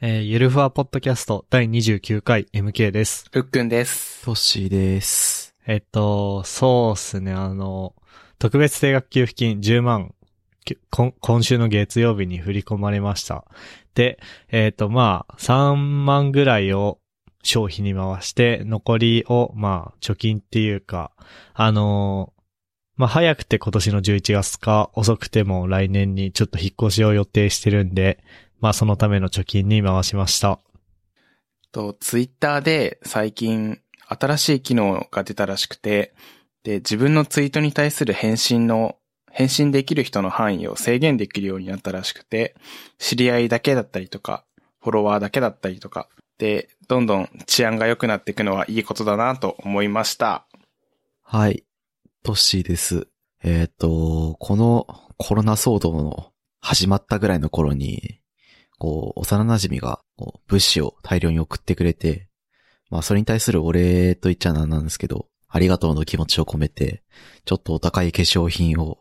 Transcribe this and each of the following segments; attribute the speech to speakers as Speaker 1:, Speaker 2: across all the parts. Speaker 1: えー、ゆるふわポッドキャスト第29回 MK です。
Speaker 2: ふっくんです。
Speaker 3: トッシーです。
Speaker 1: えっと、そうっすね、あの、特別定額給付金10万、き今今週の月曜日に振り込まれました。で、えっと、まあ、3万ぐらいを消費に回して、残りを、まあ、貯金っていうか、あのーまあ、早くて今年の11月か、遅くても来年にちょっと引っ越しを予定してるんで、まあ、そのための貯金に回しました。
Speaker 2: と、ツイッターで最近新しい機能が出たらしくて、で、自分のツイートに対する返信の、返信できる人の範囲を制限できるようになったらしくて、知り合いだけだったりとか、フォロワーだけだったりとか、で、どんどん治安が良くなっていくのはいいことだなと思いました。
Speaker 3: はい。トッシーです。えっ、と、このコロナ騒動の始まったぐらいの頃に、こう、幼馴染がこう物資を大量に送ってくれて、まあそれに対するお礼と言っちゃなんなんですけど、ありがとうの気持ちを込めて、ちょっとお高い化粧品を、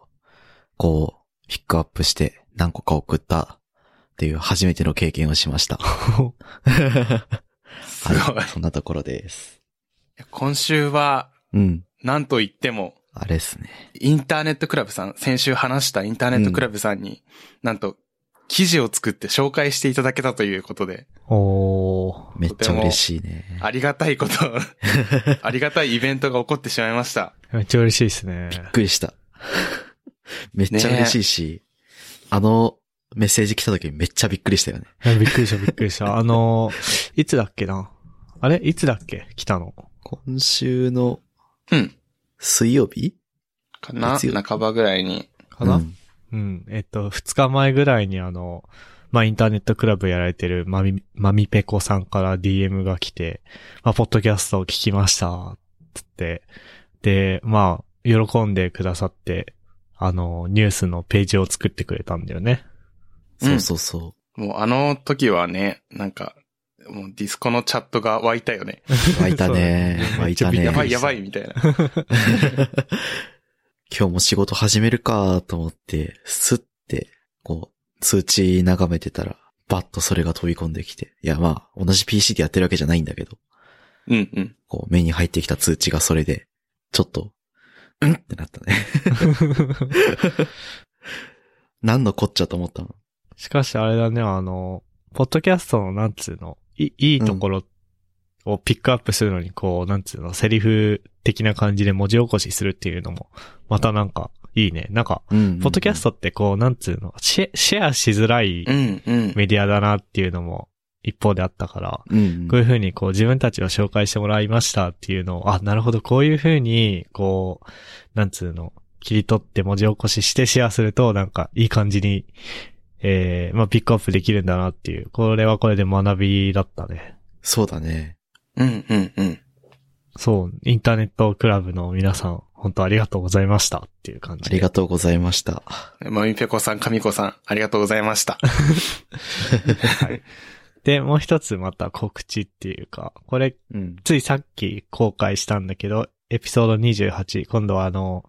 Speaker 3: こう、ピックアップして何個か送ったっていう初めての経験をしました。
Speaker 2: すごい。
Speaker 3: はい。そんなところです。
Speaker 2: 今週は、
Speaker 3: うん。
Speaker 2: なんと言っても、
Speaker 3: あれですね。
Speaker 2: インターネットクラブさん、先週話したインターネットクラブさんに、なんと、記事を作って紹介していただけたということで、
Speaker 1: おー。
Speaker 3: めっちゃ嬉しいね。
Speaker 2: ありがたいこと、ありがたいイベントが起こってしまいました。
Speaker 1: めっちゃ嬉しいですね
Speaker 3: び。っくりした。 めっちゃ嬉しいし、あのメッセージ来た時めっちゃびっくりしたよね。
Speaker 1: いやびっくりした、びっくり した。あのー、いつだっけなあれいつだっけ来たの。
Speaker 3: 今週の
Speaker 2: うん。
Speaker 3: 水曜日
Speaker 2: かな
Speaker 3: 月曜
Speaker 2: 半ばぐらいに。
Speaker 1: かな、う、
Speaker 3: うんん
Speaker 1: えっと、二日前ぐらいにあの、まあ、インターネットクラブやられてるまみ、まみぺこさんから DM が来て、まあ、ポッドキャストを聞きました、つって。で、まあ、喜んでくださって、あの、ニュースのページを作ってくれたんだよね。
Speaker 3: そうそうそ
Speaker 2: もうあの時はね、なんか、もうディスコのチャットが湧いたよね。
Speaker 3: う。湧いたね
Speaker 1: そう。
Speaker 3: 湧いた
Speaker 1: めっちゃび
Speaker 3: ね。
Speaker 2: やばいやば
Speaker 3: い。
Speaker 2: いみたいな。
Speaker 3: 今日も仕事始めるかと思って、スッて、こう、通知眺めてたら、バッとそれが飛び込んできて。いや、まあ、同じ PC でやってるわけじゃないんだけど、
Speaker 2: うんうん。
Speaker 3: こう、目に入ってきた通知がそれで、ちょっと、うんってなったね。何のこっちゃと思ったの
Speaker 1: しかしあれだね、あの、ポッドキャストのなんつうの、いいいところをピックアップするのに、こう、なんつうの、セリフ的な感じで文字起こしするっていうのも、またなんか、いいね。なんか、
Speaker 3: うんうんうん
Speaker 1: ポッドキャストってこう、なんつうの、シェシェアしづらい
Speaker 2: うんうん。
Speaker 1: メディアだなっていうのも、一方であったから、
Speaker 3: うん
Speaker 1: こういう風にこう自分たちを紹介してもらいましたっていうのを、あ、なるほど、こういう風に、こう、なんつうの、切り取って文字起こししてシェアすると、なんかいい感じに、えー、まあピックアップできるんだなっていう、これはこれで学びだったね。
Speaker 3: そうだね。
Speaker 2: うんうんうん。
Speaker 1: そう、インターネットクラブの皆さん、本当ありがとうございましたっていう感じ
Speaker 3: あ
Speaker 1: で。
Speaker 3: りがとうございました。
Speaker 2: まみぺこさん、かみこさん、ありがとうございました。
Speaker 1: で、もう一つまた告知っていうか、これ
Speaker 3: うん。
Speaker 1: ついさっき公開したんだけど、エピソード28、今度はあの、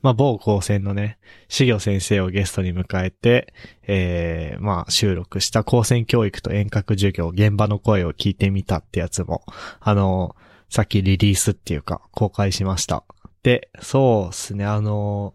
Speaker 1: まあ、某高専のね、修行先生をゲストに迎えて、えー、まあ、収録した高専教育と遠隔授業、現場の声を聞いてみたってやつも、あの、さっきリリースっていうか、公開しました。で、そうっすね、あの、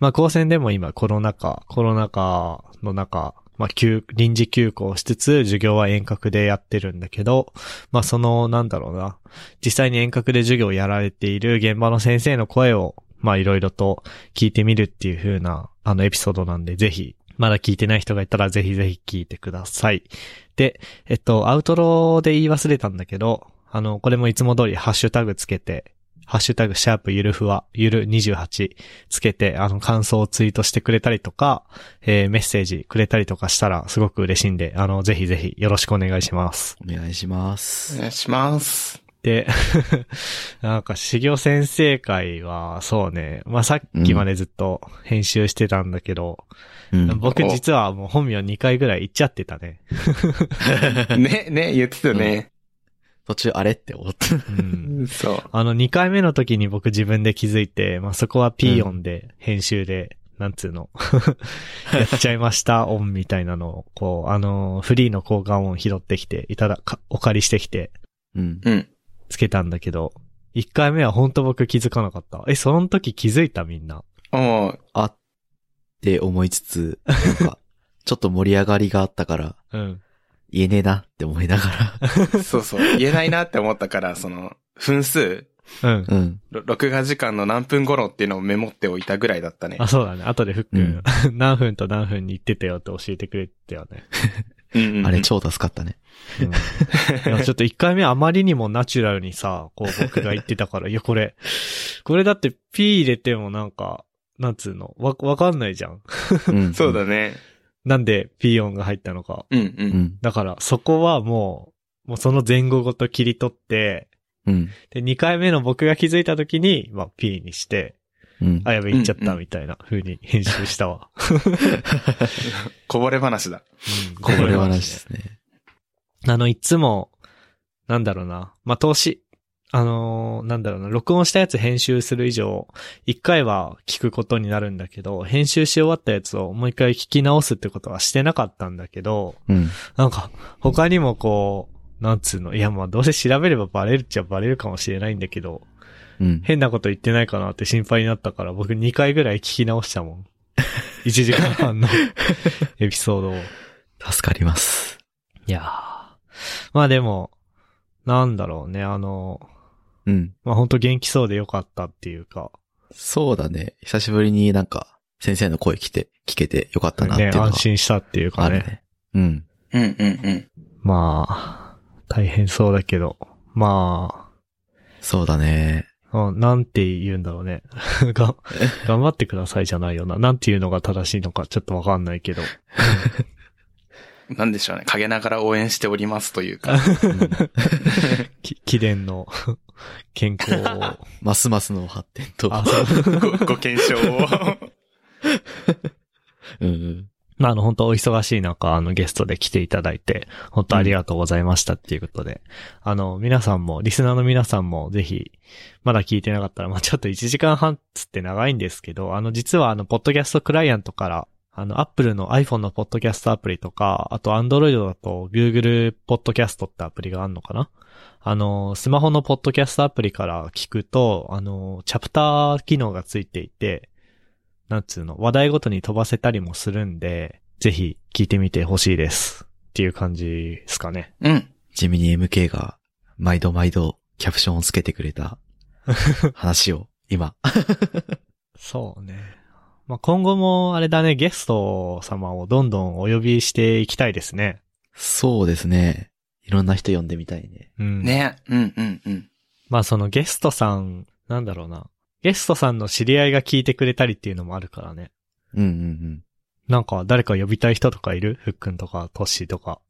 Speaker 1: まあ、高専でも今コロナ禍、コロナ禍の中、まあ、休、臨時休校しつつ、授業は遠隔でやってるんだけど、まあ、その、なんだろうな、実際に遠隔で授業をやられている現場の先生の声を、まあ、いろいろと聞いてみるっていう風な、あの、エピソードなんで、ぜひ、まだ聞いてない人がいたら、ぜひぜひ聞いてください。で、えっと、アウトローで言い忘れたんだけど、あの、これもいつも通りハッシュタグつけて、ハッシュタグシャープゆるふわ、ゆる28つけて、あの、感想をツイートしてくれたりとか、えーメッセージくれたりとかしたらすごく嬉しいんで、あの、ぜひぜひよろしくお願いします。
Speaker 3: お願いしま
Speaker 2: お
Speaker 3: す。
Speaker 2: 願いします。
Speaker 1: で、 なんか、修行先生会は、そうね、まあ、さっきまでずっと編集してたんだけど、
Speaker 3: うん。
Speaker 1: 僕実はもう本名2回ぐらい言っちゃってたね。
Speaker 2: ね、ね、言ってたね。
Speaker 3: 途中あれって思った。
Speaker 1: うん
Speaker 2: そう。
Speaker 1: あの、2回目の時に僕自分で気づいて、まあ、そこはピーヨンで、編集で、なんつうの、やっちゃいました音みたいなのを、こう、あのー、フリーの交換音拾ってきて、いただ、かお借りしてきて、
Speaker 3: うん。
Speaker 2: うん。
Speaker 1: つけたんだけど、一回目はほんと僕気づかなかった。え、その時気づいたみんな。
Speaker 2: ああ、
Speaker 3: あって思いつつ、なんか、 ちょっと盛り上がりがあったから、
Speaker 1: うん。
Speaker 3: 言えねえなって思いなが
Speaker 2: そうそう。言えないなって思ったから、その、分数、
Speaker 1: うん。
Speaker 3: ら、うん。
Speaker 2: ろ録画時間の何分頃っていうのをメモっておいたぐらいだったね
Speaker 1: あ、。そうだね。後でふっくん、 何分と何分に行ってたよって教えてくれたよ ね。
Speaker 2: うんうんうん
Speaker 3: あれ超助かったね。
Speaker 1: うん、いやちょっと一回目あまりにもナチュラルにさ、こう僕が言ってたから、いやこれ、これだって P 入れてもなんか、なんつうの、わ、わかんないじゃん。
Speaker 3: うん
Speaker 2: そうだね。
Speaker 1: なんで P 音が入ったのか。
Speaker 2: うんう。
Speaker 3: うんん。
Speaker 1: だからそこはもう、もうその前後ごと切り取って、
Speaker 3: うん。
Speaker 1: で、2回目の僕が気づいた時に、まあ P にして、
Speaker 3: うん。
Speaker 1: あ、やべ、いっちゃっ
Speaker 2: うん
Speaker 1: た
Speaker 2: うん
Speaker 1: みたいな風に編集した わ。
Speaker 2: こぼれ話だ。
Speaker 1: うん
Speaker 3: これ話ですね。
Speaker 1: あの、いつも、なんだろうな。まあ、投資、あのーなんだろうな。録音したやつ編集する以上、一回は聞くことになるんだけど、編集し終わったやつをもう一回聞き直すってことはしてなかったんだけど、
Speaker 3: うん。
Speaker 1: なんか、他にもこう、なんつうの。いや、まあ、どうせ調べればバレるっちゃバレるかもしれないんだけど、
Speaker 3: うん。
Speaker 1: 変なこと言ってないかなって心配になったから、僕2回ぐらい聞き直したもん。1時間半のエピソードを。
Speaker 3: 助かります。
Speaker 1: いやーまあでも、なんだろうね、あの、
Speaker 3: うん。
Speaker 1: まあ本当元気そうでよかったっていうか、
Speaker 3: そうだね。久しぶりになんか、先生の声来て、聞けてよかったなってい
Speaker 1: ね、
Speaker 3: うのは
Speaker 1: 安心したっていう
Speaker 3: あ
Speaker 1: か
Speaker 3: る
Speaker 1: ね。
Speaker 3: ね。うん。
Speaker 2: うんうんうん。
Speaker 1: まあ、大変そうだけど、ま
Speaker 3: そうだね。
Speaker 1: あ、うんなんて言うんだろうね。 が、頑張ってくださいじゃないよな。なんていうのが正しいのかちょっとわかんないけど。
Speaker 2: なんでしょうね。陰ながら応援しておりますというか。
Speaker 3: うん
Speaker 1: き、貴殿の 健康を。
Speaker 3: ますますの発展と。
Speaker 1: あ、そう。
Speaker 2: ご、ご検証を。
Speaker 3: うんうん。
Speaker 1: まあ、あの、本当お忙しい中、あの、ゲストで来ていただいて、本当ありがとうございましたっていうことで、あの、皆さんも、リスナーの皆さんも、ぜひ、まだ聞いてなかったら、まあ、ちょっと1時間半つって長いんですけど、あの、実はあの、ポッドキャストクライアントから、あの、Apple の iPhone のポッドキャストアプリとか、あと Android だと Google ポッドキャストってアプリがあるのかなあの、スマホのポッドキャストアプリから聞くと、あの、チャプター機能がついていて、なんつうの、話題ごとに飛ばせたりもするんで、ぜひ聞いてみてほしいです。っていう感じですかね。
Speaker 2: うん。
Speaker 3: 地味に MK が、毎度毎度、キャプションをつけてくれた、話を、今。
Speaker 1: そうね。まあ、今後もあれだね、ゲスト様をどんどんお呼びしていきたいですね。
Speaker 3: そうですね。いろんな人呼んでみたいね。
Speaker 1: うん。。
Speaker 2: ね。うんうんうん。
Speaker 1: まあ、そのゲストさん、なんだろうな。ゲストさんの知り合いが聞いてくれたりっていうのもあるからね。
Speaker 3: うんうんうん。
Speaker 1: なんか誰か呼びたい人とかいるふっくんとか、トッシーとか。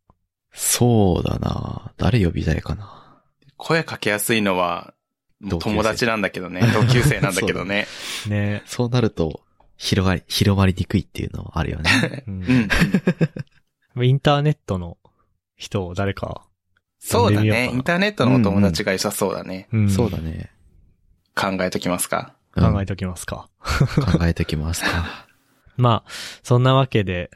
Speaker 3: そうだな誰呼びたいかな
Speaker 2: 声かけやすいのは、もう
Speaker 3: 同級生
Speaker 2: 友達なんだけどね。同級生なんだけど ね。
Speaker 1: ね。
Speaker 3: そうなると、広がり、広まりにくいっていうのはあるよ ね。
Speaker 1: う。
Speaker 2: うんん。
Speaker 1: インターネットの人を誰か。
Speaker 2: そうだ
Speaker 1: 呼んでみよう
Speaker 2: ね。
Speaker 1: かな
Speaker 2: インターネットのお友達が良さそうだね。
Speaker 1: うん
Speaker 3: そうだね。
Speaker 2: 考えときますか。
Speaker 3: うん
Speaker 1: 考えておきますか。
Speaker 3: 考えてきますか。
Speaker 1: まあ、そんなわけで、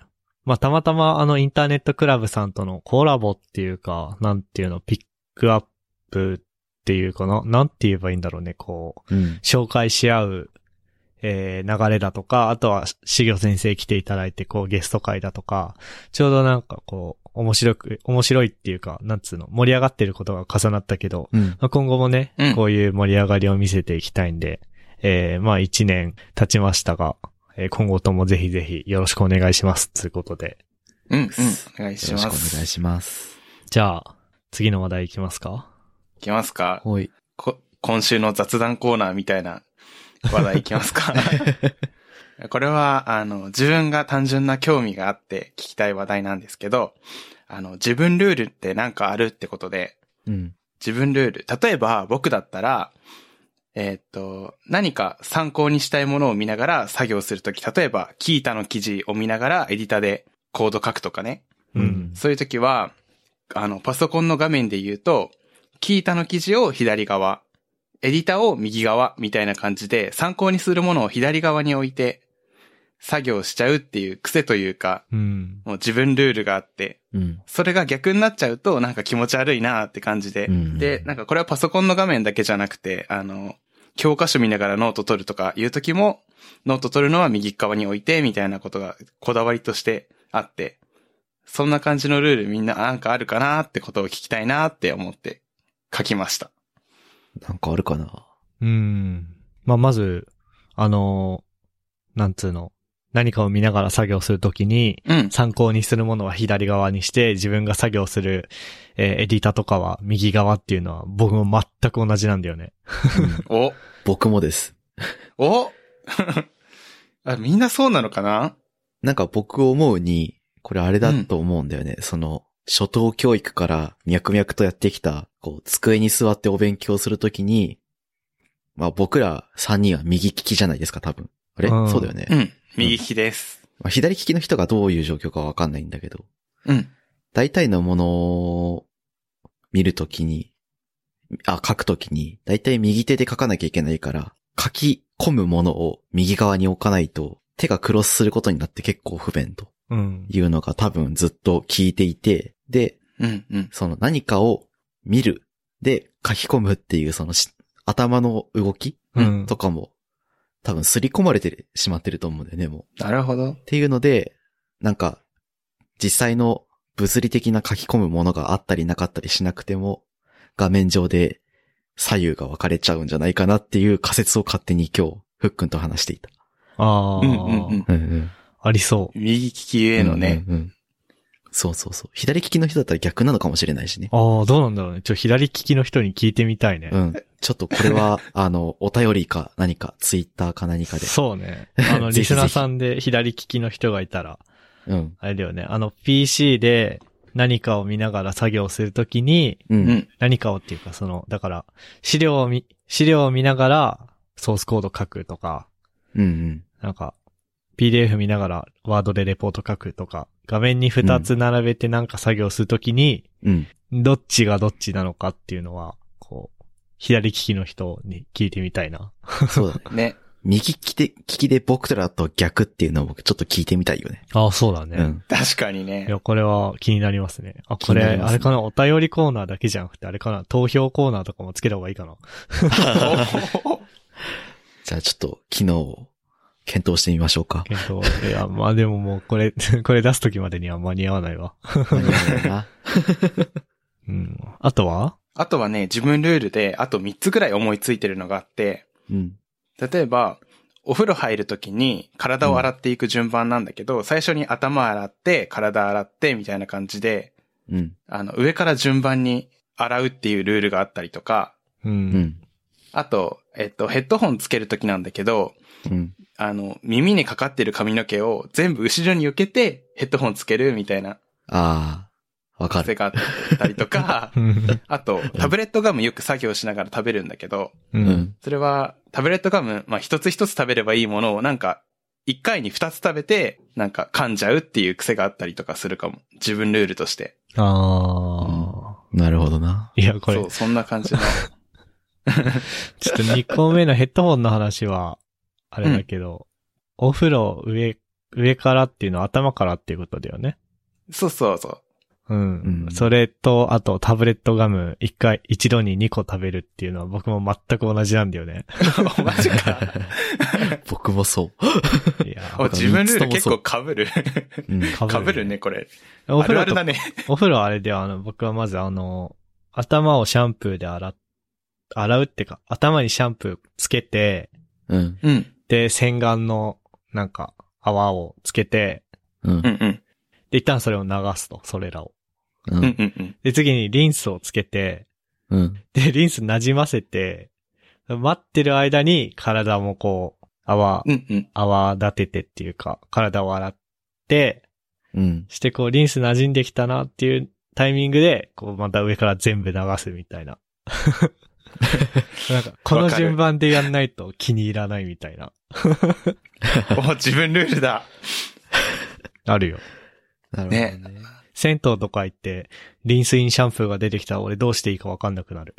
Speaker 1: まあ、たまたまあの、インターネットクラブさんとのコラボっていうか、なんていうの、ピックアップっていうかな、なんて言えばいいんだろうね、こう、
Speaker 3: うん。
Speaker 1: 紹介し合う、えー、流れだとか、あとは、しぎょ先生来ていただいて、こう、ゲスト会だとか、ちょうどなんかこう、面白く、面白いっていうか、なんつうの、盛り上がってることが重なったけど、
Speaker 3: うん。
Speaker 1: まあ、今後もね、
Speaker 2: うん
Speaker 1: こういう盛り上がりを見せていきたいんで、えー、まあ一年経ちましたが、えー今後ともぜひぜひよろしくお願いします、ということで。
Speaker 2: うんうん。お願い
Speaker 3: よ
Speaker 2: し
Speaker 3: ろ
Speaker 2: ま
Speaker 3: し
Speaker 2: す。
Speaker 3: くお願いします。
Speaker 1: じゃあ、次の話題いきますか
Speaker 2: いきますか。
Speaker 3: ほい。
Speaker 2: こ今週の雑談コーナーみたいな話題いきますか。これは、あの、自分が単純な興味があって聞きたい話題なんですけど、あの、自分ルールってなんかあるってことで、
Speaker 3: うん。
Speaker 2: 自分ルール。例えば僕だったら、えーっと、何か参考にしたいものを見ながら作業するとき、例えば、キータの記事を見ながらエディタでコード書くとかね。
Speaker 1: うん。
Speaker 2: そういうときは、あの、パソコンの画面で言うと、キータの記事を左側、エディタを右側みたいな感じで、参考にするものを左側に置いて、作業しちゃうっていう癖というか、
Speaker 1: うん。
Speaker 2: もう自分ルールがあって、
Speaker 3: うん。
Speaker 2: それが逆になっちゃうとなんか気持ち悪いなって感じで、
Speaker 3: うん
Speaker 2: で、なんかこれはパソコンの画面だけじゃなくて、あの、教科書見ながらノート取るとかいう時も、ノート取るのは右側に置いてみたいなことがこだわりとしてあって、そんな感じのルールみんななんかあるかなってことを聞きたいなって思って書きました。
Speaker 3: なんかあるかな
Speaker 1: うん。まあ、まず、あの、なんつうの、何かを見ながら作業するときに、
Speaker 2: うん。
Speaker 1: 参考にするものは左側にして、自分が作業する、えーエディタとかは右側っていうのは、僕も全く同じなんだよね。
Speaker 3: うん
Speaker 2: お、
Speaker 3: 僕もです。
Speaker 2: お あ、みんなそうなのかな
Speaker 3: なんか僕思うに、これあれだと思うんだよね。その、初等教育から脈々とやってきた、こう、机に座ってお勉強するときに、まあ僕ら3人は右利きじゃないですか、多分。あれ、
Speaker 1: うん
Speaker 3: そうだよね。
Speaker 2: うん。右利きです。
Speaker 3: まあ、左利きの人がどういう状況かわかんないんだけど、
Speaker 2: うん。
Speaker 3: 大体のものを見るときに、あ、書くときに、大体右手で書かなきゃいけないから、書き込むものを右側に置かないと、手がクロスすることになって結構不便と
Speaker 1: うん。
Speaker 3: いうのが多分ずっと聞いていて、で、
Speaker 2: うん。うん。
Speaker 3: その何かを見る、で書き込むっていうそのし頭の動き
Speaker 1: うん
Speaker 3: とかも、多分刷り込まれてしまってると思うんだよね、もう。
Speaker 2: なるほど
Speaker 3: っ。ていうので、なんか、実際の物理的な書き込むものがあったりなかったりしなくても、画面上で左右が分かれちゃうんじゃないかなっていう仮説を勝手に今日、ふっくんと話していた。
Speaker 1: ああ、
Speaker 2: うんうんうん。
Speaker 3: うんうん。
Speaker 1: ありそう。
Speaker 2: 右利きゆえのね。
Speaker 3: うんうんうん。そうそうそう。左利きの人だったら逆なのかもしれないしね。
Speaker 1: ああ、どうなんだろうね。ちょ、左利きの人に聞いてみたいね。
Speaker 3: うん。ちょっとこれは、 あの、お便りか何か、ツイッターか何かで。
Speaker 1: そう ね。あの、
Speaker 3: ぜひぜひ
Speaker 1: リスナーさんで左利きの人がいたら、
Speaker 3: うん。
Speaker 1: あれだよね。あの、PC で何かを見ながら作業するときに、
Speaker 3: う。
Speaker 2: うんん。
Speaker 1: 何かをっていうか、その、だから、資料を見、資料を見ながらソースコード書くとか、
Speaker 3: うんうん。
Speaker 1: なんか、PDF 見ながらワードでレポート書くとか、画面に2つ並べてなんか作業するときに、
Speaker 3: うん。
Speaker 1: どっちがどっちなのかっていうのは、こう、左利きの人に聞いてみたいな。
Speaker 3: そう だね。
Speaker 2: ね。
Speaker 3: 右利きで、利きで僕らと逆っていうのを僕ちょっと聞いてみたいよね。
Speaker 1: ああ、そうだね。
Speaker 3: うん。
Speaker 2: 確かに
Speaker 1: い
Speaker 2: ね。
Speaker 1: や、これは気になりますね。あ、これ、
Speaker 3: 気になりますね
Speaker 1: あれかな、お便りコーナーだけじゃなくて、あれかな、投票コーナーとかもつけた方がいいかな。
Speaker 2: お
Speaker 3: じゃあちょっと機能を検討してみましょうか。
Speaker 1: 検 討。いや、まあでももうこれ、 これ出す時までには間に合わないわ。
Speaker 3: 間に合わないな
Speaker 1: うん。あとは
Speaker 2: あとはね、自分ルールで、あと3つぐらい思いついてるのがあって、
Speaker 3: うん。
Speaker 2: 例えば、お風呂入るときに体を洗っていく順番なんだけど、最初に頭洗って、体洗って、みたいな感じで、
Speaker 3: うん。
Speaker 2: あの、上から順番に洗うっていうルールがあったりとか、
Speaker 1: う。
Speaker 3: うんん。
Speaker 2: あと、えっと、ヘッドホンつけるときなんだけど、
Speaker 3: うん。
Speaker 2: あの、耳にかかってる髪の毛を全部後ろに避けて、ヘッドホンつけるみたいな
Speaker 3: ああ、わか
Speaker 2: 癖
Speaker 3: る。
Speaker 2: があったりとか、
Speaker 1: うん。
Speaker 2: あと、タブレットガムよく作業しながら食べるんだけど、
Speaker 1: う。
Speaker 3: うんん。
Speaker 2: それは、タブレットガム、まあ、一つ一つ食べればいいものを、なんか、一回に二つ食べて、なんか噛んじゃうっていう癖があったりとかするかも。自分ルールとして。
Speaker 1: あ
Speaker 3: なるほどな。
Speaker 1: ー。いや、これ
Speaker 2: そ、う、そんな感じの。
Speaker 1: ちょっと2個目のヘッドホンの話は、あれだけど、お風呂上、上からっていうのは頭からっていうことだよね。
Speaker 2: そうそうそう。
Speaker 1: うん
Speaker 3: うん。
Speaker 1: それと、あとタブレットガム一回、一度に2個食べるっていうのは僕も全く同じなんだよ ね。
Speaker 2: マジか。
Speaker 3: 僕もそ
Speaker 1: いや
Speaker 2: お
Speaker 3: あ
Speaker 2: 自分ルール
Speaker 3: 三つ
Speaker 2: 結
Speaker 3: とも
Speaker 2: 構被る。
Speaker 3: う。うん。
Speaker 1: ー、
Speaker 2: 被るね、これ。
Speaker 1: お
Speaker 2: あ
Speaker 1: 風
Speaker 2: るあ
Speaker 1: 呂
Speaker 2: る
Speaker 1: と
Speaker 2: だね。
Speaker 1: お風呂あれでは、あの、僕はまずあの、頭をシャンプーで洗っ、洗うってか、頭にシャンプーつけて、
Speaker 3: うん。
Speaker 2: うん。
Speaker 1: で、洗顔の、なんか、泡をつけて、
Speaker 3: うん
Speaker 2: う。んうん。
Speaker 1: で、一旦それを流すと、それらを。
Speaker 3: う
Speaker 2: うん
Speaker 3: ん。
Speaker 2: うんうん。
Speaker 1: で、次にリンスをつけて、
Speaker 3: うん。
Speaker 1: で、リンス馴染ませて、待ってる間に体もこう、泡、
Speaker 2: うんうん。
Speaker 1: 泡立ててっていうか、体を洗って、
Speaker 3: うん。
Speaker 1: してこう、リンス馴染んできたなっていうタイミングで、こう、また上から全部流すみたい な。なんか、この順番でやんないと気に入らないみたいな。
Speaker 2: お自分ルールだ。
Speaker 1: あるよ。
Speaker 3: なるほど
Speaker 2: ね
Speaker 3: ね。
Speaker 1: 銭湯とか行って、リンスインシャンプーが出てきたら俺どうしていいかわかんなく なる。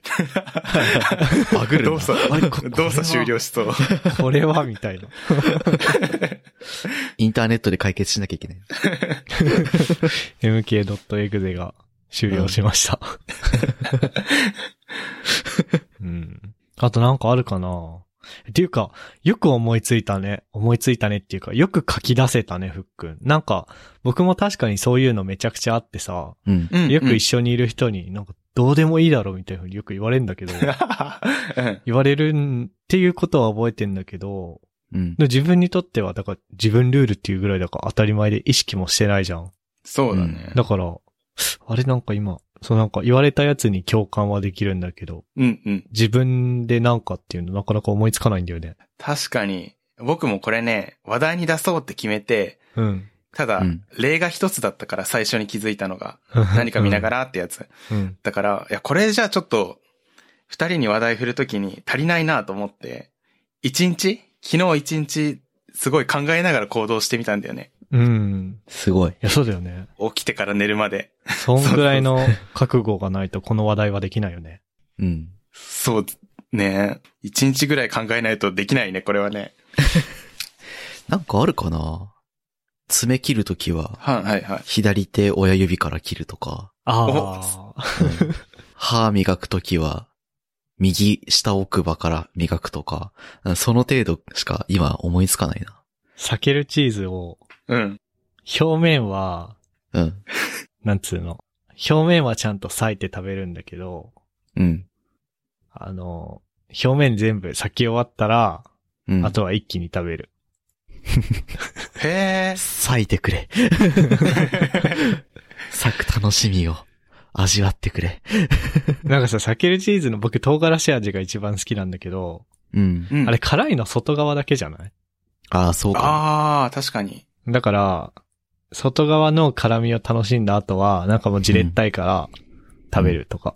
Speaker 3: バグるな
Speaker 2: 動作
Speaker 3: あれこ、
Speaker 2: 動作終了しそう。
Speaker 1: これは、みたいな。
Speaker 3: インターネットで解決しなきゃいけない。
Speaker 1: mk.exe が終了しました。うん。あとなんかあるかなっていうか、よく思いついたね。思いついたねっていうか、よく書き出せたね、ふっくん。なんか、僕も確かにそういうのめちゃくちゃあってさ、
Speaker 3: うん。
Speaker 2: うん
Speaker 1: よく一緒にいる人になんかどうでもいいだろうみたいな風によく言われるんだけ ど、
Speaker 2: うん
Speaker 1: 言われるんっていうことは覚えてんだけど、
Speaker 3: うん。
Speaker 1: で自分にとっては、だから自分ルールっていうぐらいだから当たり前で意識もしてないじゃん。
Speaker 2: そうだね。
Speaker 1: だから、あれなんか今、そうなんか言われたやつに共感はできるんだけど、
Speaker 2: うんうん。
Speaker 1: 自分でなんかっていうのなかなか思いつかないんだよね。
Speaker 2: 確かに、僕もこれね、話題に出そうって決めて、
Speaker 1: うん。
Speaker 2: ただ、
Speaker 3: うん
Speaker 2: 例が一つだったから最初に気づいたのが、何か見ながらってやつ。
Speaker 1: うん。
Speaker 2: だから、いや、これじゃあちょっと、二人に話題振るときに足りないなと思って、一日昨日一日、すごい考えながら行動してみたんだよね。
Speaker 1: うん。うん。
Speaker 3: すごい。
Speaker 1: いや、そうだよね。
Speaker 2: 起きてから寝るまで。
Speaker 1: そんぐらいの覚悟がないとこの話題はできないよね。
Speaker 3: うん。
Speaker 2: そう、ね一日ぐらい考えないとできないね、これはね。
Speaker 3: なんかあるかな爪切るときは、
Speaker 2: はい、はい、はい。
Speaker 3: 左手親指から切るとか、
Speaker 1: ああ。
Speaker 3: うん歯磨くときは、右下奥歯から磨くとか、その程度しか今思いつかないな。
Speaker 1: 避けるチーズを、
Speaker 2: うん。
Speaker 1: 表面は、
Speaker 3: うん。
Speaker 1: なんつうの。表面はちゃんと裂いて食べるんだけど、
Speaker 3: うん。
Speaker 1: あの、表面全部裂き終わったら、
Speaker 3: うん。
Speaker 1: あとは一気に食べる。
Speaker 2: へえ。
Speaker 3: 裂いて くれ。裂く楽しみを味わってくれ。
Speaker 1: なんかさ、避けるチーズの僕唐辛子味が一番好きなんだけど、
Speaker 3: うん。
Speaker 2: うん
Speaker 1: あれ辛いの外側だけじゃない
Speaker 3: ああ、そうか。
Speaker 2: ああ、確かに。
Speaker 1: だから、外側の辛みを楽しんだ後は、なんかもうじれったいから食べるとか。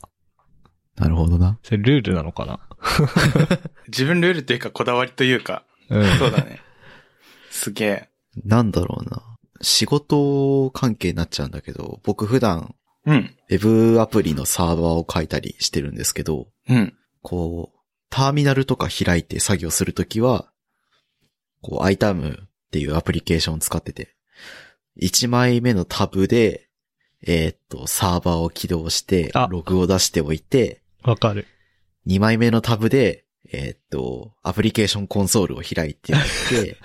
Speaker 3: なるほどな。
Speaker 1: それルールなのかな
Speaker 2: 自分ルールというかこだわりというか。
Speaker 1: うん。
Speaker 2: そうだね。すげえ。
Speaker 3: なんだろうな。仕事関係になっちゃうんだけど、僕普段、
Speaker 2: うん。
Speaker 3: ウェブアプリのサーバーを書いたりしてるんですけど、
Speaker 2: うん。
Speaker 3: こう、ターミナルとか開いて作業するときは、こう、iTerm っていうアプリケーションを使ってて、1枚目のタブで、えーっと、サーバーを起動して
Speaker 1: あ、
Speaker 3: ログを出しておいて、
Speaker 1: わかる。
Speaker 3: 2枚目のタブで、えーっと、アプリケーションコンソールを開いておいて、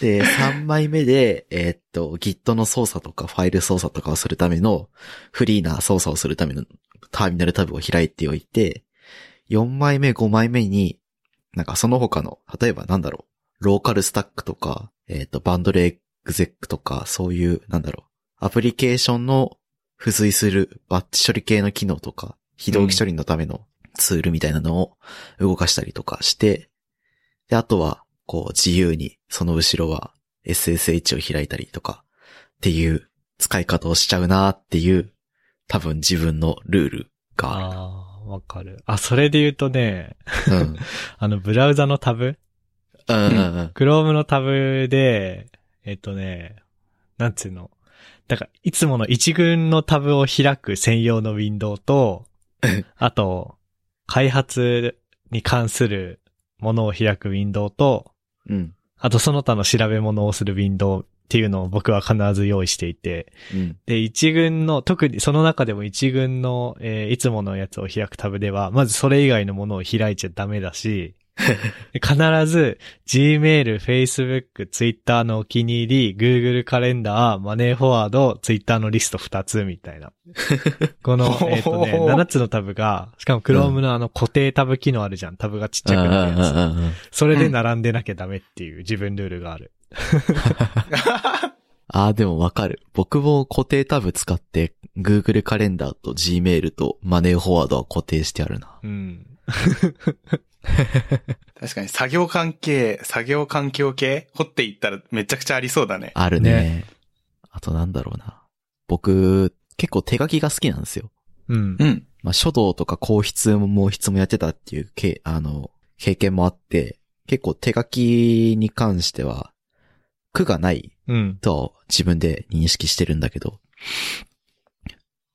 Speaker 3: で、3枚目で、えーっと、Git の操作とかファイル操作とかをするための、フリーな操作をするためのターミナルタブを開いておいて、4枚目、5枚目に、なんかその他の、例えばなんだろう、ローカルスタックとか、えーっと、バンドレエグゼックとか、そういう、なんだろう、アプリケーションの付随するバッチ処理系の機能とか、非同期処理のためのツールみたいなのを動かしたりとかして、で、あとは、こう自由に、その後ろは SSH を開いたりとか、っていう使い方をしちゃうなーっていう、多分自分のルールがあ
Speaker 1: ああ、わかる。あ、それで言うとね、
Speaker 3: る。うん。
Speaker 1: あの、ブラウザのタブ
Speaker 3: うんうんうん。
Speaker 1: ?Chrome のタブで、えっとね、なんつうの。だから、いつもの一軍のタブを開く専用のウィンドウと、あと、開発に関するものを開くウィンドウと、
Speaker 3: うん。
Speaker 1: あとその他の調べ物をするウィンドウっていうのを僕は必ず用意していて、
Speaker 3: うん。
Speaker 1: で、一軍の、特にその中でも一軍の、えーいつものやつを開くタブでは、まずそれ以外のものを開いちゃダメだ し、必ず Gmail、Facebook、Twitter のお気に入り、Google カレンダー、マネーフォワード、Twitter のリスト2つみたい な。この、えっ、とね、
Speaker 2: おー
Speaker 1: 7つのタブが、しかも Chrome のあの固定タブ機能あるじゃん。タブがちっちゃくなるやつ。
Speaker 3: うんうんうんうん
Speaker 1: それで並んでなきゃダメっていう自分ルールがある。
Speaker 3: ああ、でもわかる。僕も固定タブ使って、Google カレンダーと Gmail とマネーフォワードは固定してあるな。
Speaker 1: うん。
Speaker 2: 確かに作業関係、作業環境系掘っていったらめちゃくちゃありそうだね。
Speaker 3: あるね。
Speaker 1: ね
Speaker 3: あとなんだろうな。僕、結構手書きが好きなんですよ。
Speaker 1: うん。
Speaker 2: うん。
Speaker 3: まあ、書道とか硬筆も毛筆もやってたっていうけ、あの、経験もあって、結構手書きに関しては、苦がない
Speaker 1: うん。
Speaker 3: とは自分で認識してるんだけど、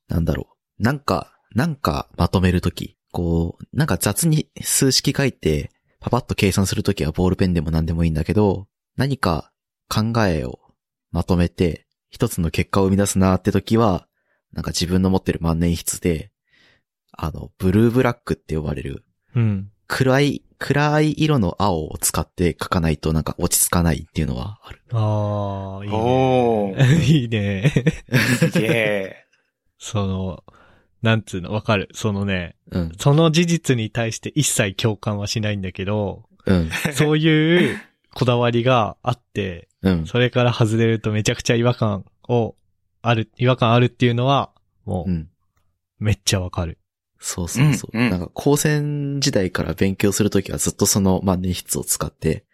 Speaker 3: なんだろう。なんか、なんかまとめるとき、こう、なんか雑に数式書いて、パパッと計算するときはボールペンでも何でもいいんだけど、何か考えをまとめて、一つの結果を生み出すなーってときは、なんか自分の持ってる万年筆で、あの、ブルーブラックって呼ばれる、
Speaker 1: うん。
Speaker 3: 暗い、暗い色の青を使って書かないとなんか落ち着かないっていうのはある。
Speaker 1: ああ、いいね。
Speaker 2: おー、
Speaker 1: いいね。
Speaker 2: すげ え。
Speaker 1: その、なんつうの、わかる。そのね、
Speaker 3: うん、
Speaker 1: その事実に対して一切共感はしないんだけ ど、
Speaker 3: うん、
Speaker 1: そういうこだわりがあって、
Speaker 3: うん。
Speaker 1: それから外れるとめちゃくちゃ違和感を、ある、違和感あるっていうのは、も
Speaker 3: うん。
Speaker 1: う、めっちゃわかる。
Speaker 3: そうそうそう。
Speaker 2: うんうん
Speaker 3: なんか、高専時代から勉強するときはずっとその万年筆を使って